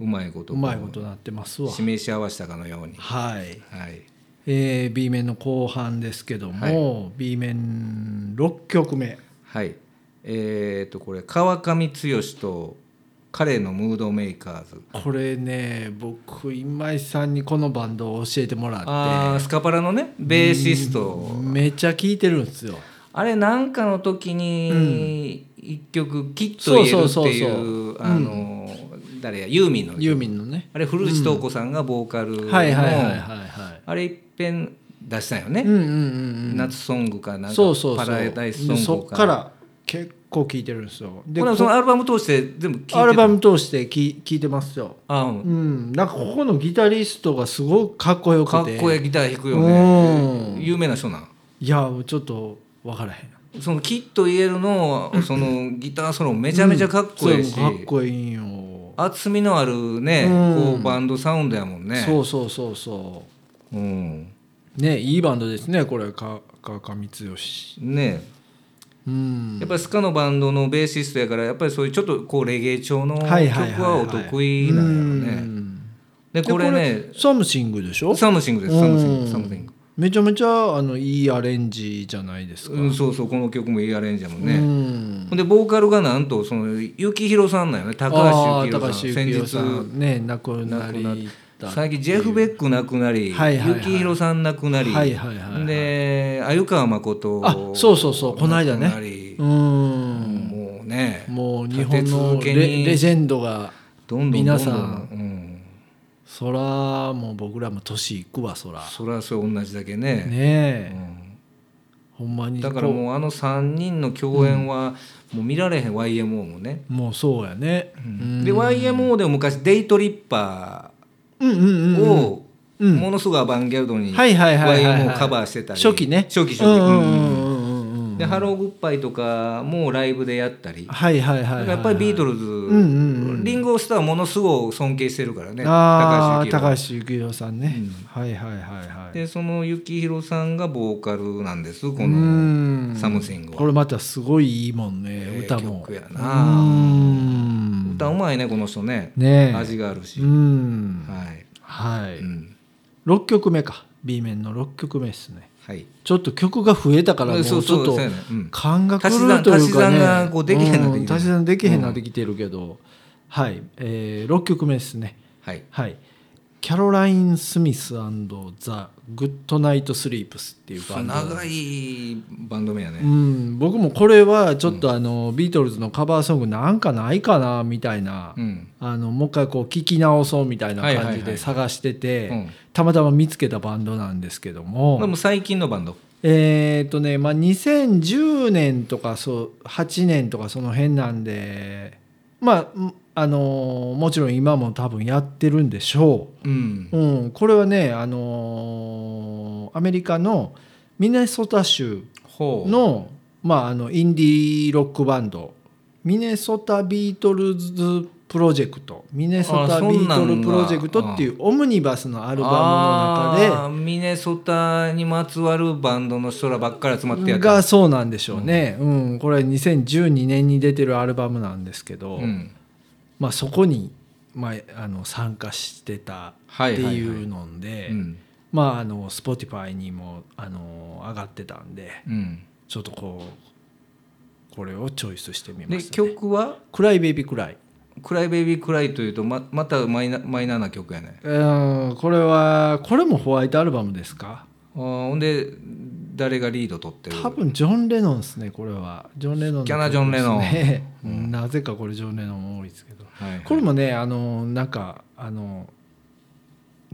S1: うん
S2: まいこと
S1: うまいことなってますわ
S2: 示し合わせたかのように、
S1: はい、
S2: はい、
S1: えー、B 面の後半ですけども、B 面6曲目
S2: はい。えっ、とこれ川上剛と彼のムードメーカーズ。
S1: これね僕今井さんにこのバンドを教えてもらって
S2: ああスカパラのねベーシスト。
S1: めっちゃ聴いてるんですよ
S2: あれなんかの時に一曲キッと言えるってい
S1: そうそうそう
S2: う
S1: そう
S2: あの誰やユーミンの
S1: ユーミンのね
S2: あれ古内東子さんがボーカルの
S1: はいはいはいはい
S2: あ
S1: はい
S2: れ一遍出したよ
S1: う
S2: ね。
S1: んうんうんうん
S2: 夏ソングかなんか
S1: そうそうそう
S2: パラダイスソングか。
S1: そっから結構聴いてるんですよで
S2: ほなそのアルバム通して全部聞いてた
S1: アルバム通して聴いてますよ
S2: あー
S1: うん、なんかここのギタリストがすごくかっこよ
S2: か
S1: く
S2: ってこええギター弾くよね
S1: うん
S2: 有名な人なん
S1: いやちょっと分からへん
S2: そのキッと言えるのそのギターソロめちゃめちゃかっこいいし、
S1: そうかっこいいんよ、
S2: 厚みのあるね、
S1: うん
S2: こうバンドサウンドやもんね、
S1: そうそうそうそう
S2: ん、
S1: うねいいバンドですねこれか川上剛
S2: ね
S1: うん
S2: やっぱりスカのバンドのベーシストやからやっぱりそういうちょっとこうレゲエ調の曲
S1: はいはいはい
S2: はお得意なんやろ
S1: う
S2: ね
S1: ん
S2: でこれね
S1: サムシングでしょ
S2: サムシングですサムシングサムシング、
S1: めちゃめちゃあのいいアレンジじゃないですか
S2: うん、そうそうこの曲もいいアレンジやもんね、
S1: うん
S2: ほんでボーカルがなんとその幸宏さんなんよね高
S1: あ
S2: 橋
S1: ー
S2: 幸
S1: 高橋
S2: 宏さん
S1: 幸
S2: 先
S1: 宏
S2: 日
S1: さんね亡くな
S2: 亡
S1: り
S2: 最近ジェフ・ベック亡くなり、
S1: はいはいはい
S2: 幸宏さん亡くなり、
S1: はいはいはいはい
S2: で鮎川誠
S1: あそうそうそうこの間ね
S2: 亡くなり
S1: うん
S2: もうね
S1: もう日本の
S2: 立て続け
S1: レ
S2: に
S1: レジェンドが
S2: どんどんどんどん
S1: 皆さん
S2: うん、
S1: そらもう僕らも年いくわそら
S2: それはそれ同じだけね
S1: ねえ、
S2: う
S1: ほんま
S2: ん
S1: に
S2: だから
S1: こ
S2: もうあの3人の共演はもう見られへん YMO もね、
S1: うもうそうやね、うん
S2: で YMO でも昔デイトリッパ
S1: うんうん
S2: ー
S1: うんうん
S2: をものすごいアバンギャルドに
S1: はいはいはいはいはい
S2: YMO をカバーしてたり
S1: 初期ね
S2: 初期初期、
S1: うんう
S2: う
S1: ん
S2: んうんう
S1: う
S2: ん
S1: んうんうんうん
S2: で、ハローグッバイとかもライブでやったり、
S1: はいはいはいはい、
S2: だからやっぱりビートルズ、
S1: んうんうん
S2: リンゴスターはものすごい尊敬してるからね
S1: あー
S2: 高橋幸
S1: 高
S2: 宏
S1: 橋幸宏さんね、
S2: うん
S1: はいはいはいはい
S2: でその幸宏さんがボーカルなんですこ
S1: う
S2: の
S1: ん
S2: サムシング
S1: こ
S2: は
S1: れまたすごいいいもんね、
S2: ええ
S1: 歌も
S2: 曲や
S1: う
S2: なん歌うまいねこの人ね
S1: ねえ
S2: 味があるし、
S1: うん
S2: はい、
S1: はい、
S2: うん
S1: 6曲目か B 面の6曲目ですね
S2: はい
S1: ちょっと曲が増えたからもうち
S2: そ
S1: ょ
S2: う
S1: っ
S2: そう
S1: と
S2: そうやねうん
S1: 感が狂うというか
S2: 足し算足し算
S1: ね
S2: がこうできへんなってきてる
S1: う足し算できへんなってきてるけどはいえー6曲目ですね
S2: はい
S1: はいキャロライン・スミスザ・グッドナイト・スリープスっていうバンド
S2: 長いバンド名や
S1: う
S2: ね、
S1: ん、僕もこれはちょっとあの、ビートルズのカバーソングなんかないかなみたいな、
S2: うん
S1: あのもう一回こう聞き直そうみたいな
S2: はいは
S1: 感
S2: い
S1: じ
S2: はい
S1: で探してて、
S2: うん
S1: たまたま見つけたバンドなんですけども、
S2: でも最近のバンド
S1: えっ、とね、まあ、2010年とかそう8年とかその辺なんでまあんあのーもちろん今も多分やってるんでしょ
S2: うん
S1: う、うん、これはね、あのーアメリカのミネソタ州
S2: ほう
S1: の,、まああのインディーロックバンドミネソタビートルズプロジェクトミネソ
S2: あ
S1: タ
S2: そ
S1: ビ
S2: ん
S1: ー
S2: なん
S1: ト
S2: が
S1: ルプロジェクトっていうオムニバスのア
S2: ア
S1: ルバムの中
S2: でミネソタにまつわるバンドの人らばっかり集まってや
S1: で
S2: った
S1: がそうなんでしょうね、うんこれ2012年に出てるアルバムなんですけど、
S2: うん
S1: まあ、そこに、まあ、あの参加してた
S2: は
S1: っ
S2: い
S1: て
S2: はいはい
S1: いうので、
S2: うん
S1: まああの Spotify にもあの上がってたんで
S2: うん
S1: ちょっとこうこれをチョイスしてみま
S2: で
S1: した、ね。
S2: 曲は
S1: クライベイビークライ
S2: 「クライベイビークライ」というとままたマイナマイナーな曲やね
S1: うーんこれはこれもホワイトアルバムですか
S2: あーほんで誰がリード取ってる
S1: 多分ジョン・レノンですねこれはジョン・レノンの曲
S2: キャナジョンレノン
S1: ですねなぜかこれジョン・レノン多いですけど
S2: はいはい
S1: これもねあのなんかあの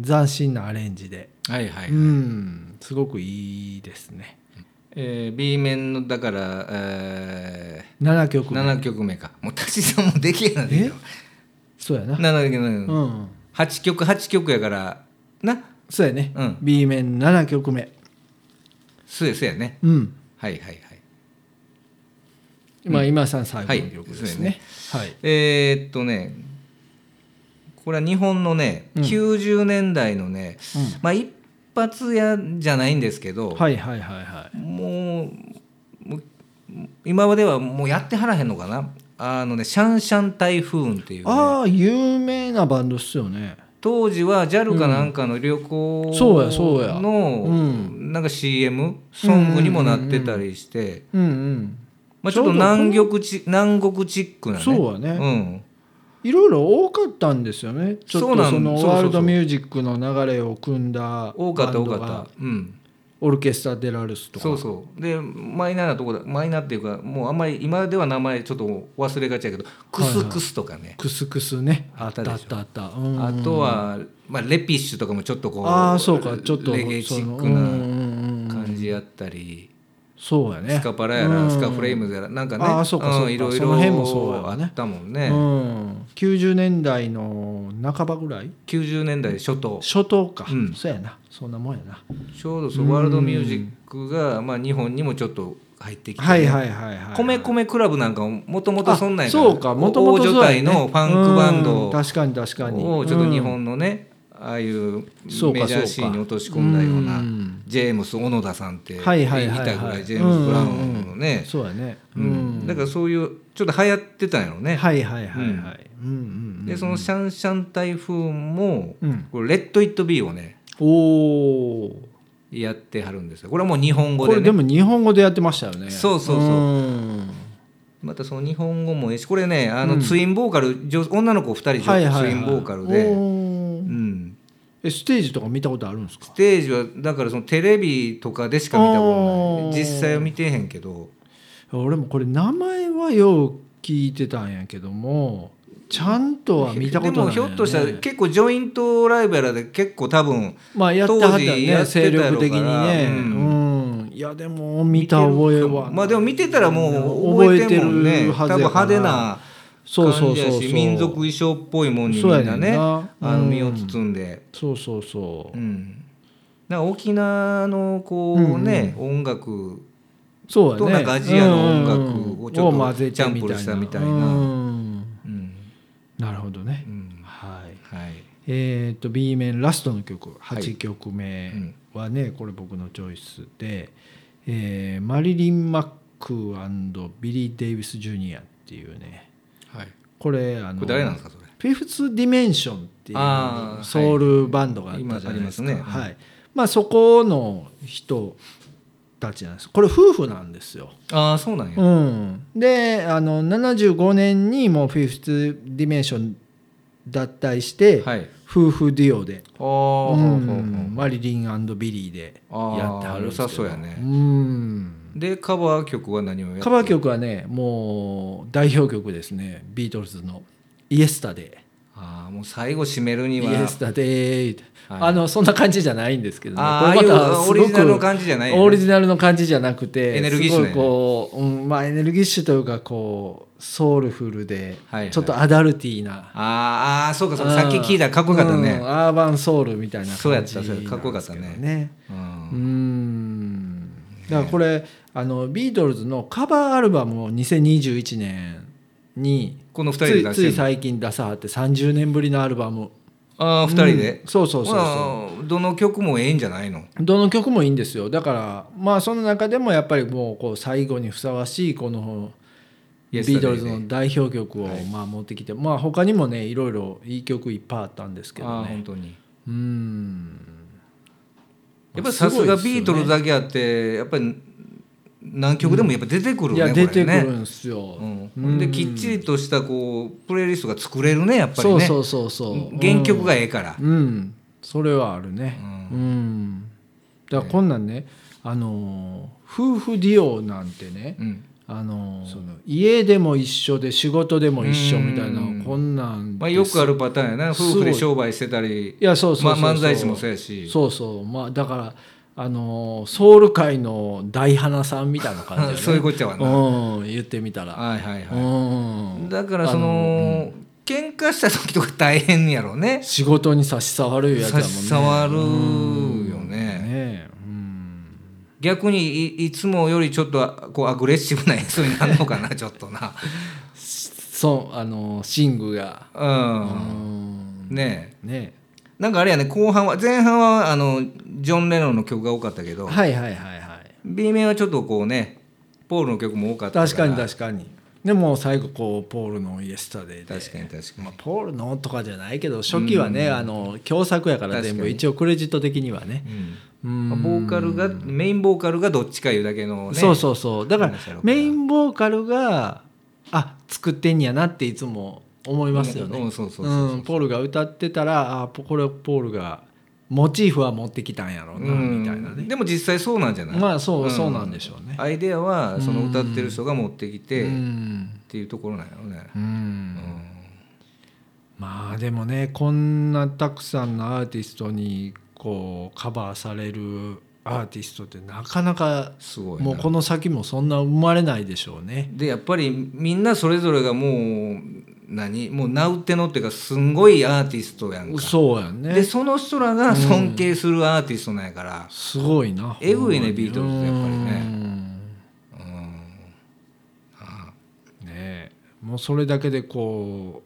S1: 斬新なアレンジで、
S2: はいはい、
S1: うんすごくいいですね
S2: えー B 面のだから、え
S1: 7曲
S2: ー、7曲目かもう足し算もできやなんだけど
S1: そうやな
S2: 7曲
S1: う
S2: 目
S1: ん
S2: 8曲8曲やからな
S1: そうやね、
S2: うん
S1: B 面7曲目
S2: そうやそうやね
S1: うん
S2: はいはいはい
S1: 今、今さん最後の曲
S2: はい
S1: ですね,、はい
S2: えーっとねこれは日本のね、
S1: うん
S2: 90年代のね、
S1: う
S2: まあ一発屋じゃないんですけど、
S1: はいはいはいはい
S2: もうもう今まではもうやってはらへんのかなあのねシャンシャン台風っていう、ね、
S1: ああ有名なバンドっすよね
S2: 当時は JAL かなんかの旅行
S1: そうやそうやう
S2: のなんか CM ソングにもなってたりして、
S1: うんうん
S2: まあ、ちょっと
S1: ちょうどこの
S2: 南極ち南国チックなね
S1: そうやね
S2: うん、
S1: いろいろ多かったんですよねちょ
S2: そ
S1: っ
S2: う
S1: と
S2: なん
S1: その
S2: そうそうそう
S1: ワールドミュージックの流れを組んだ
S2: 多かっ
S1: バ
S2: た多
S1: ンド
S2: か
S1: が
S2: ったうん
S1: オルケストラ・デラルスとか
S2: そうそうでマイナーなとこだマイナーっていうかもうあんまり今では名前ちょっと忘れがちやけどクスクスとかね、
S1: クスクスね
S2: あ
S1: あっ
S2: っ
S1: たた
S2: でしょ
S1: あったあった、うん
S2: あとは、まあ、レピッシュとかもちょっとこう
S1: ああそうかちょっと
S2: レゲエチック
S1: そのうん
S2: な
S1: うんうん
S2: 感じやったり、
S1: そうやね
S2: スカパラやら、
S1: うん
S2: スカフレームズやらなんかね
S1: あーそうかそうか
S2: ん、いろい
S1: その辺もそう
S2: ろ
S1: や
S2: あ
S1: わね
S2: ったもん
S1: う
S2: ね、
S1: ん90年代の半ばぐらい
S2: 90年代初頭
S1: 初頭か、
S2: うん
S1: そうやなそんなもんやな
S2: ちょうどそうワールドミュージックが、まあ、日本にもちょっと入ってきて、
S1: はいはいはいはい
S2: 米米クラブなんかももともとそんなんや
S1: あそうかもともと
S2: 大所帯のファンクバンド
S1: 確かに確かに
S2: をちょっと日本のね、ああいうメジ
S1: そうか
S2: ャーシーンに落とし込んだような
S1: うん
S2: ジェームス小野田さんって言いた
S1: はい
S2: いぐ
S1: はいはいはい
S2: らいジェームス・ブラウンの
S1: うん
S2: ね、
S1: そうやね
S2: うんだからそういうちょっと流行ってたんやろね。
S1: はいはいはいはいうんうんうん
S2: でそのシャンシャン台風も、
S1: うん
S2: これレッド・イット・ビーをね
S1: おお
S2: やってはるんですよこれはもう日本語
S1: こ
S2: で
S1: れで
S2: ね
S1: も日本語でやってましたよね
S2: そうそうそうんまたその日本語もええしこれねあのツインボーカル、女女の子2人で
S1: はいはいはい
S2: ツインボーカルで、
S1: お
S2: う
S1: ー
S2: ん、
S1: えステージとか見たことあるんですか
S2: ステージはだからそのテレビとかでしか見たこ
S1: あ
S2: とない
S1: ー
S2: 実際は見てへんけど
S1: 俺もこれ名前はよう聞いてたんやけどもちゃんとは見たことない、ね、
S2: でもひょっとしたら結構ジョイントライブやらで結構多分
S1: まあやってはった
S2: 当時
S1: よね
S2: やってた
S1: 精
S2: やろうから
S1: 力的にね
S2: う
S1: うん、いやでも見た覚えは
S2: まあでも見てたらもう覚えてるもんね
S1: 覚えて
S2: 多
S1: るはず
S2: 分
S1: やから
S2: 派手な
S1: そうそ
S2: 感
S1: う
S2: じや
S1: そう
S2: し
S1: そう
S2: 民族衣装っぽいもんにみ
S1: そうんや
S2: な
S1: ね
S2: ね
S1: んな
S2: あの
S1: うん
S2: 身を包んで、
S1: そうそうそううん
S2: なんか沖縄のこうね、音楽
S1: そうやね
S2: となんかアジアの音楽をちょっと
S1: うん混ぜて
S2: チャンプルしたみたいな
S1: うん
S2: うん
S1: なるほどね
S2: う、ん
S1: はい
S2: はい
S1: えー、と B 面ラストの曲
S2: い
S1: 8曲目はね、これ僕のチョイスで、えーマリリン・マックビリー・デイビス・ジュニアっていうね
S2: はい
S1: これあ
S2: こ
S1: の
S2: れ誰なんですかそれ
S1: フィフス・ディメンションってい
S2: あー
S1: うソウルバンドがあったじゃないですか、
S2: はい今ありますねうん
S1: はいまあ、そこの人たちなんですこれ夫婦なんですよ。
S2: ああそうなんや、
S1: うん、であの75年にもうフィフス・ディメンション脱退して、
S2: はい
S1: 夫婦デュオで、
S2: ああ、
S1: うん
S2: ほうほうほう
S1: マリリンビリーでやってはるんですけど
S2: あー良さそうやね
S1: ん
S2: でカバー曲は何をやって
S1: カバー曲はねもう代表曲ですねビートルズの「イエスタデ
S2: ああもう最後締める
S1: イ」「
S2: に
S1: イ
S2: は
S1: エスタデイ」
S2: はい
S1: あのそんな感じじゃないんですけどね
S2: あー
S1: これま
S2: ああ
S1: た
S2: いう
S1: すご
S2: オ
S1: く
S2: リジナルの感じじゃないよね
S1: オリジナルの感じじゃなくて
S2: エネルギッシュな
S1: すごいこう、うんまあ、エネルギッシュというかこうソウルフルで、
S2: はいはい
S1: ちょっとアダルティーな
S2: あーあーそうかそうかさっき聞いたらかっこよかった
S1: うん
S2: ね、
S1: アーバンソウルみたいな感じ
S2: そうやったそうやったかっこよかったね
S1: なんですけどね
S2: うん
S1: うーんだからこれあのビートルズのカバーアルバムを2021年に
S2: この二人
S1: つ
S2: で出して
S1: い
S2: る
S1: つい最近出さはって30年ぶりのアルバム
S2: ああ二人で、
S1: うんそうそうそうそ
S2: まあどの曲もええんじゃないの
S1: うどの曲もいいんですよだからまあその中でもやっぱりもうこう最後にふさわしいこのビートルズの代表曲を
S2: はい
S1: まあ持ってきて、まあ他にもねいろいろいい曲いっぱいあったんですけ
S2: あ
S1: ど
S2: あ本
S1: ね
S2: 当に
S1: うーん
S2: やっぱりさす
S1: ま
S2: が
S1: あごい
S2: ビ
S1: で
S2: ー
S1: す
S2: ト
S1: よね
S2: ルズだけあってやっぱり何曲でもやっぱ出てくる
S1: い
S2: ね、
S1: や
S2: これ
S1: 出てく
S2: ね
S1: るんですよ、
S2: うん、できっちりとしたこうプレイリストが作れるねやっぱり
S1: そう
S2: ね
S1: そうそうそう
S2: 原曲がええから、
S1: うん、それはあるね。う、
S2: うん
S1: だからこんなんね、あのー夫婦デュオなんてね、
S2: うん
S1: あのー家でも一緒で仕事でも一緒みたいな
S2: うん
S1: こんなん、
S2: まあ、よくあるパターンやな
S1: すごい
S2: 夫婦で商売してたり
S1: いやそうそうそうそう、
S2: まあ、漫才師もそうやし
S1: そうそうまあだからあのーソウル界の大花さんみたいな感じだね。
S2: そういうこっちゃわな
S1: うん言ってみたら。
S2: はいはいは
S1: う
S2: い
S1: ん。
S2: だからその喧嘩した時とか大変やろうね
S1: 仕事に差し障るやつだ
S2: 差
S1: もんね。
S2: し障るよ
S1: ね
S2: ね
S1: え。うん。
S2: 逆にいいつもよりちょっとあこうアグレッシブな演奏になるの かなちょっとな
S1: そうあのシングが
S2: うん
S1: うん
S2: ねえ
S1: ね
S2: なんかあれやね後半は前半はあのジョン・レノンの曲が多かったけど
S1: はいはいはいはい
S2: B 面はちょっとこうねポールの曲も多かった
S1: 確かに確かにでも最後こうポールの「イエスタデイ」で
S2: 確かに確かに
S1: まあ、ポールのとかじゃないけど初期はね、あの共作やから全
S2: 確か
S1: 部
S2: に
S1: 一応クレジット的にはね
S2: うん
S1: うん、
S2: まあボーカルがメインボーカルがどっちかいうだけのね
S1: そうそうそうだから
S2: 話やろうか
S1: メインボーカルがあ作ってんやなっていつも思いますよね、
S2: うんうんそうそうそう
S1: うんポールが歌ってたらあこれポールがモチーフは持ってきたんやろうな、
S2: うん
S1: みたいなね
S2: でも実際そうなんじゃない
S1: まあそう、
S2: うん
S1: そうなんでしょうね。
S2: アイデアはその歌ってる人が持ってきて
S1: う
S2: っ
S1: ん、
S2: ていうところなんやろうね
S1: う
S2: うん
S1: んまあでもねこんなたくさんのアーティストにこうカバーされるアーティストってなかなか
S2: すごいな
S1: もうこの先もそんな生まれないでしょうね。
S2: でやっぱりみんなそれぞれがもう何もう名うてのっていうかすんごいアーティストやんか
S1: そうやんね
S2: で。その人らが尊敬するアーティストなんやから
S1: すごいな。
S2: えぐい
S1: ほん
S2: ね
S1: まに
S2: ビートルズってやっぱりね
S1: うんねえもうそれだけでこ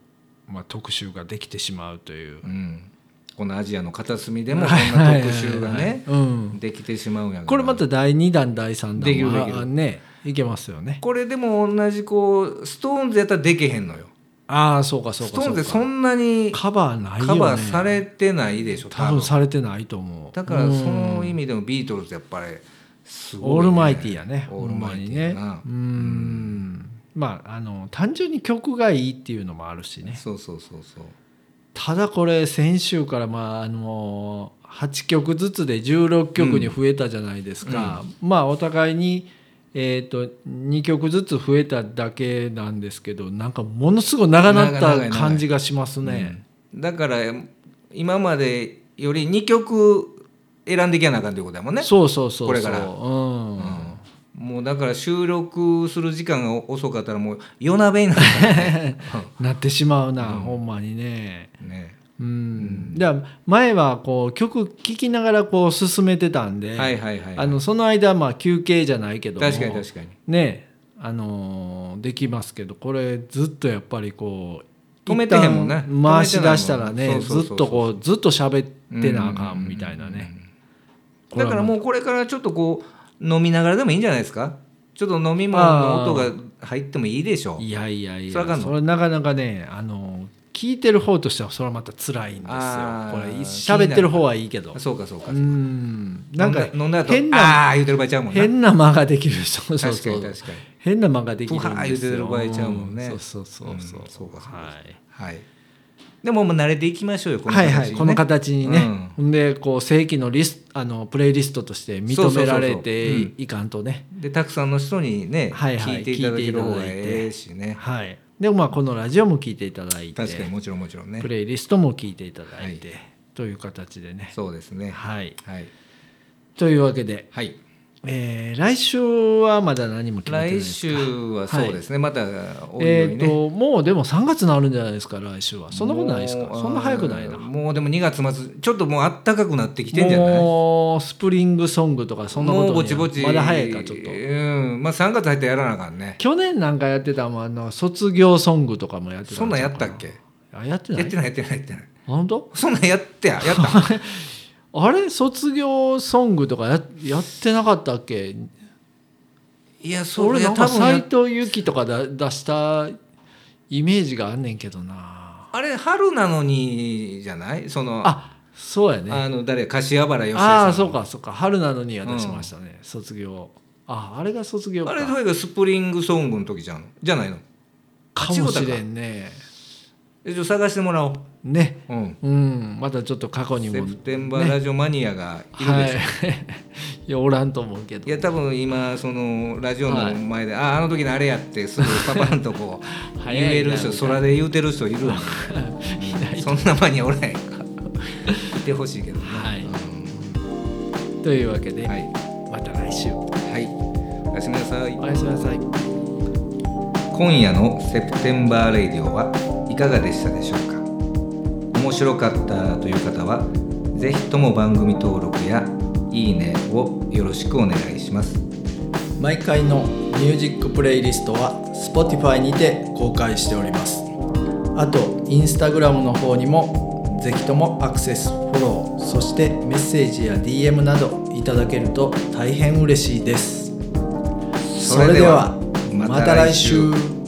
S1: う、まあ、特集ができてしまうという
S2: う。んこのアジアの片隅でもこんな特集が
S1: はいはい
S2: ね
S1: はいはいうん
S2: できてしまうんやから
S1: これまた第2弾第3弾も
S2: できるできる
S1: あねいけますよね
S2: これでも同じこうストーンズやったらできへんのよ
S1: ああそうかそう
S2: ス
S1: か
S2: トーンズって
S1: そ
S2: そ
S1: うん
S2: なに
S1: かカバーないよね
S2: カバーされてないでしょ
S1: 多
S2: 多
S1: 分
S2: 分
S1: されてないと思う
S2: だから
S1: うん
S2: その意味でもビートルズやっぱりすごいね
S1: オールマイティーやね
S2: オールマイティー
S1: ね
S2: やな
S1: うんまああの単純に曲がいいっていうのもあるしね
S2: そうそうそうそう
S1: ただこれ先週からまああの8曲ずつで16曲に増えたじゃないですか、まあお互いに、えー、と2曲ずつ増えただけなんですけどなんかものすごい長なっ
S2: 長い長
S1: た
S2: い長い
S1: 感じがしますね。
S2: だから今までより2曲選んでいかなあかんということだもんね
S1: そうそうそうそう
S2: これから
S1: うん
S2: もうだから収録する時間が遅かったらもう夜なべになるから ね
S1: なってしまうな、ほんまにね。
S2: ね
S1: うんだから前はこう曲聴きながらこう進めてたんで、
S2: はいはいはい
S1: あのその間まあ休憩じゃないけども
S2: 確かに確かに
S1: ねあのーできますけどこれずっとやっぱりこう
S2: 止めてへんもんね
S1: 一旦回し出したら
S2: 止めてない
S1: ね
S2: もんそうそうそうそう
S1: ずっとこうずっと喋ってなあかんみたいなね
S2: だからもうこれからちょっとこう飲みながらでもいいんじゃないですかちょっと飲み物の音が入ってもいいでしょう
S1: いやいやい
S2: それあか
S1: や
S2: んの
S1: それなかなかねあのー聞いてる方としてはそれはまた辛いんですよこれ
S2: あー
S1: 喋ってる方はいいけど
S2: そうかそうか
S1: うんなんか
S2: 飲んだ後
S1: 変な
S2: ああー言うてる場合ちゃうもんな
S1: 変な間ができる人そうそう
S2: 確か
S1: そ
S2: に
S1: う
S2: 確かに
S1: 変な間ができるん
S2: ぷはー
S1: で
S2: 言う
S1: す
S2: て
S1: よ
S2: る場合ちゃうもんね
S1: そうそうそうそう
S2: うんそうかそうか
S1: はい
S2: はいでももう慣れていきましょうよこの
S1: は
S2: 形
S1: いは
S2: にね
S1: いこの形にね、
S2: うん
S1: ほんでこう正規のリスあのプレイリストとして認められ
S2: そうそうそう
S1: て
S2: そう
S1: いかんとね
S2: でたくさんの人にね、
S1: はいはい
S2: 聞いていただける方が
S1: 聞いていただいて
S2: ええしね
S1: はいでもまあこのラジオも聞いていただいて
S2: 確かにもちろんもちろんね
S1: プレイリストも聞いていただいて、という形でね
S2: そうですね
S1: はい
S2: はい、
S1: というわけで、
S2: はい、
S1: えー来週はまだ何も決めてないで
S2: 来
S1: す
S2: 週
S1: か
S2: はそうですね、またおいおい
S1: えっ、
S2: ね、
S1: ともうでも3月になるんじゃないですか来週はそんなことないですか
S2: もう
S1: そんな早くないな
S2: もうでも2月末ちょっともう暖かくなってきてんじゃない
S1: もうスプリングソングとか そんなこと
S2: もう
S1: に
S2: ぼ
S1: は
S2: ちぼち
S1: まだ早いかちょっと
S2: うんまあ3月入ってやらなあかんね
S1: 去年なんかやってたもんあの卒業ソングとかもやってた
S2: そんなんやったっけ
S1: あやってな
S2: やっ
S1: い
S2: てないやってないやってない
S1: 本当
S2: そんなんやっ てややった
S1: あれ卒業ソングとかややってなかったっけ
S2: いやそ
S1: 俺
S2: れ
S1: なん
S2: 多
S1: か
S2: 分
S1: 斎
S2: や
S1: 藤由貴とかだ出したイメージがあんねんけどな
S2: あれ春なのにじゃないそのあ,、
S1: あそうやね
S2: の誰柏原芳恵さん
S1: ああそうかそうか春なのには出しましたね、卒業ああれが卒業か
S2: あれどれがスプリングソングの時じゃんじゃないの
S1: かもしれんね
S2: えじゃあ探してもらおう
S1: ね
S2: うん
S1: うんまたちょっと過去に
S2: セ
S1: も
S2: プテンバーラジオマニアがいる
S1: は
S2: で
S1: い
S2: しょ、
S1: いやおらんと思うけど
S2: いや多分今そのラジオの前で、あああの時のあれやってすぐパパンとこ う言
S1: 早いな
S2: える人
S1: みたいな
S2: 空で言うてる人いる のそんな間におらへんかいてほしいけどね、
S1: はい
S2: うん
S1: というわけで、
S2: はい
S1: また来週
S2: はいおやすみなさい
S1: おやすみなさい
S2: 今夜のセプテンバーレイディオはいかがでしたでしょうか面白かったという方はぜひとも番組登録やいいねをよろしくお願いします
S1: 毎回のミュージックプレイリストは Spotify にて公開しておりますあと Instagram の方にもぜひともアクセスフォローそしてメッセージや DM などいただけると大変嬉しいですそれではまた来週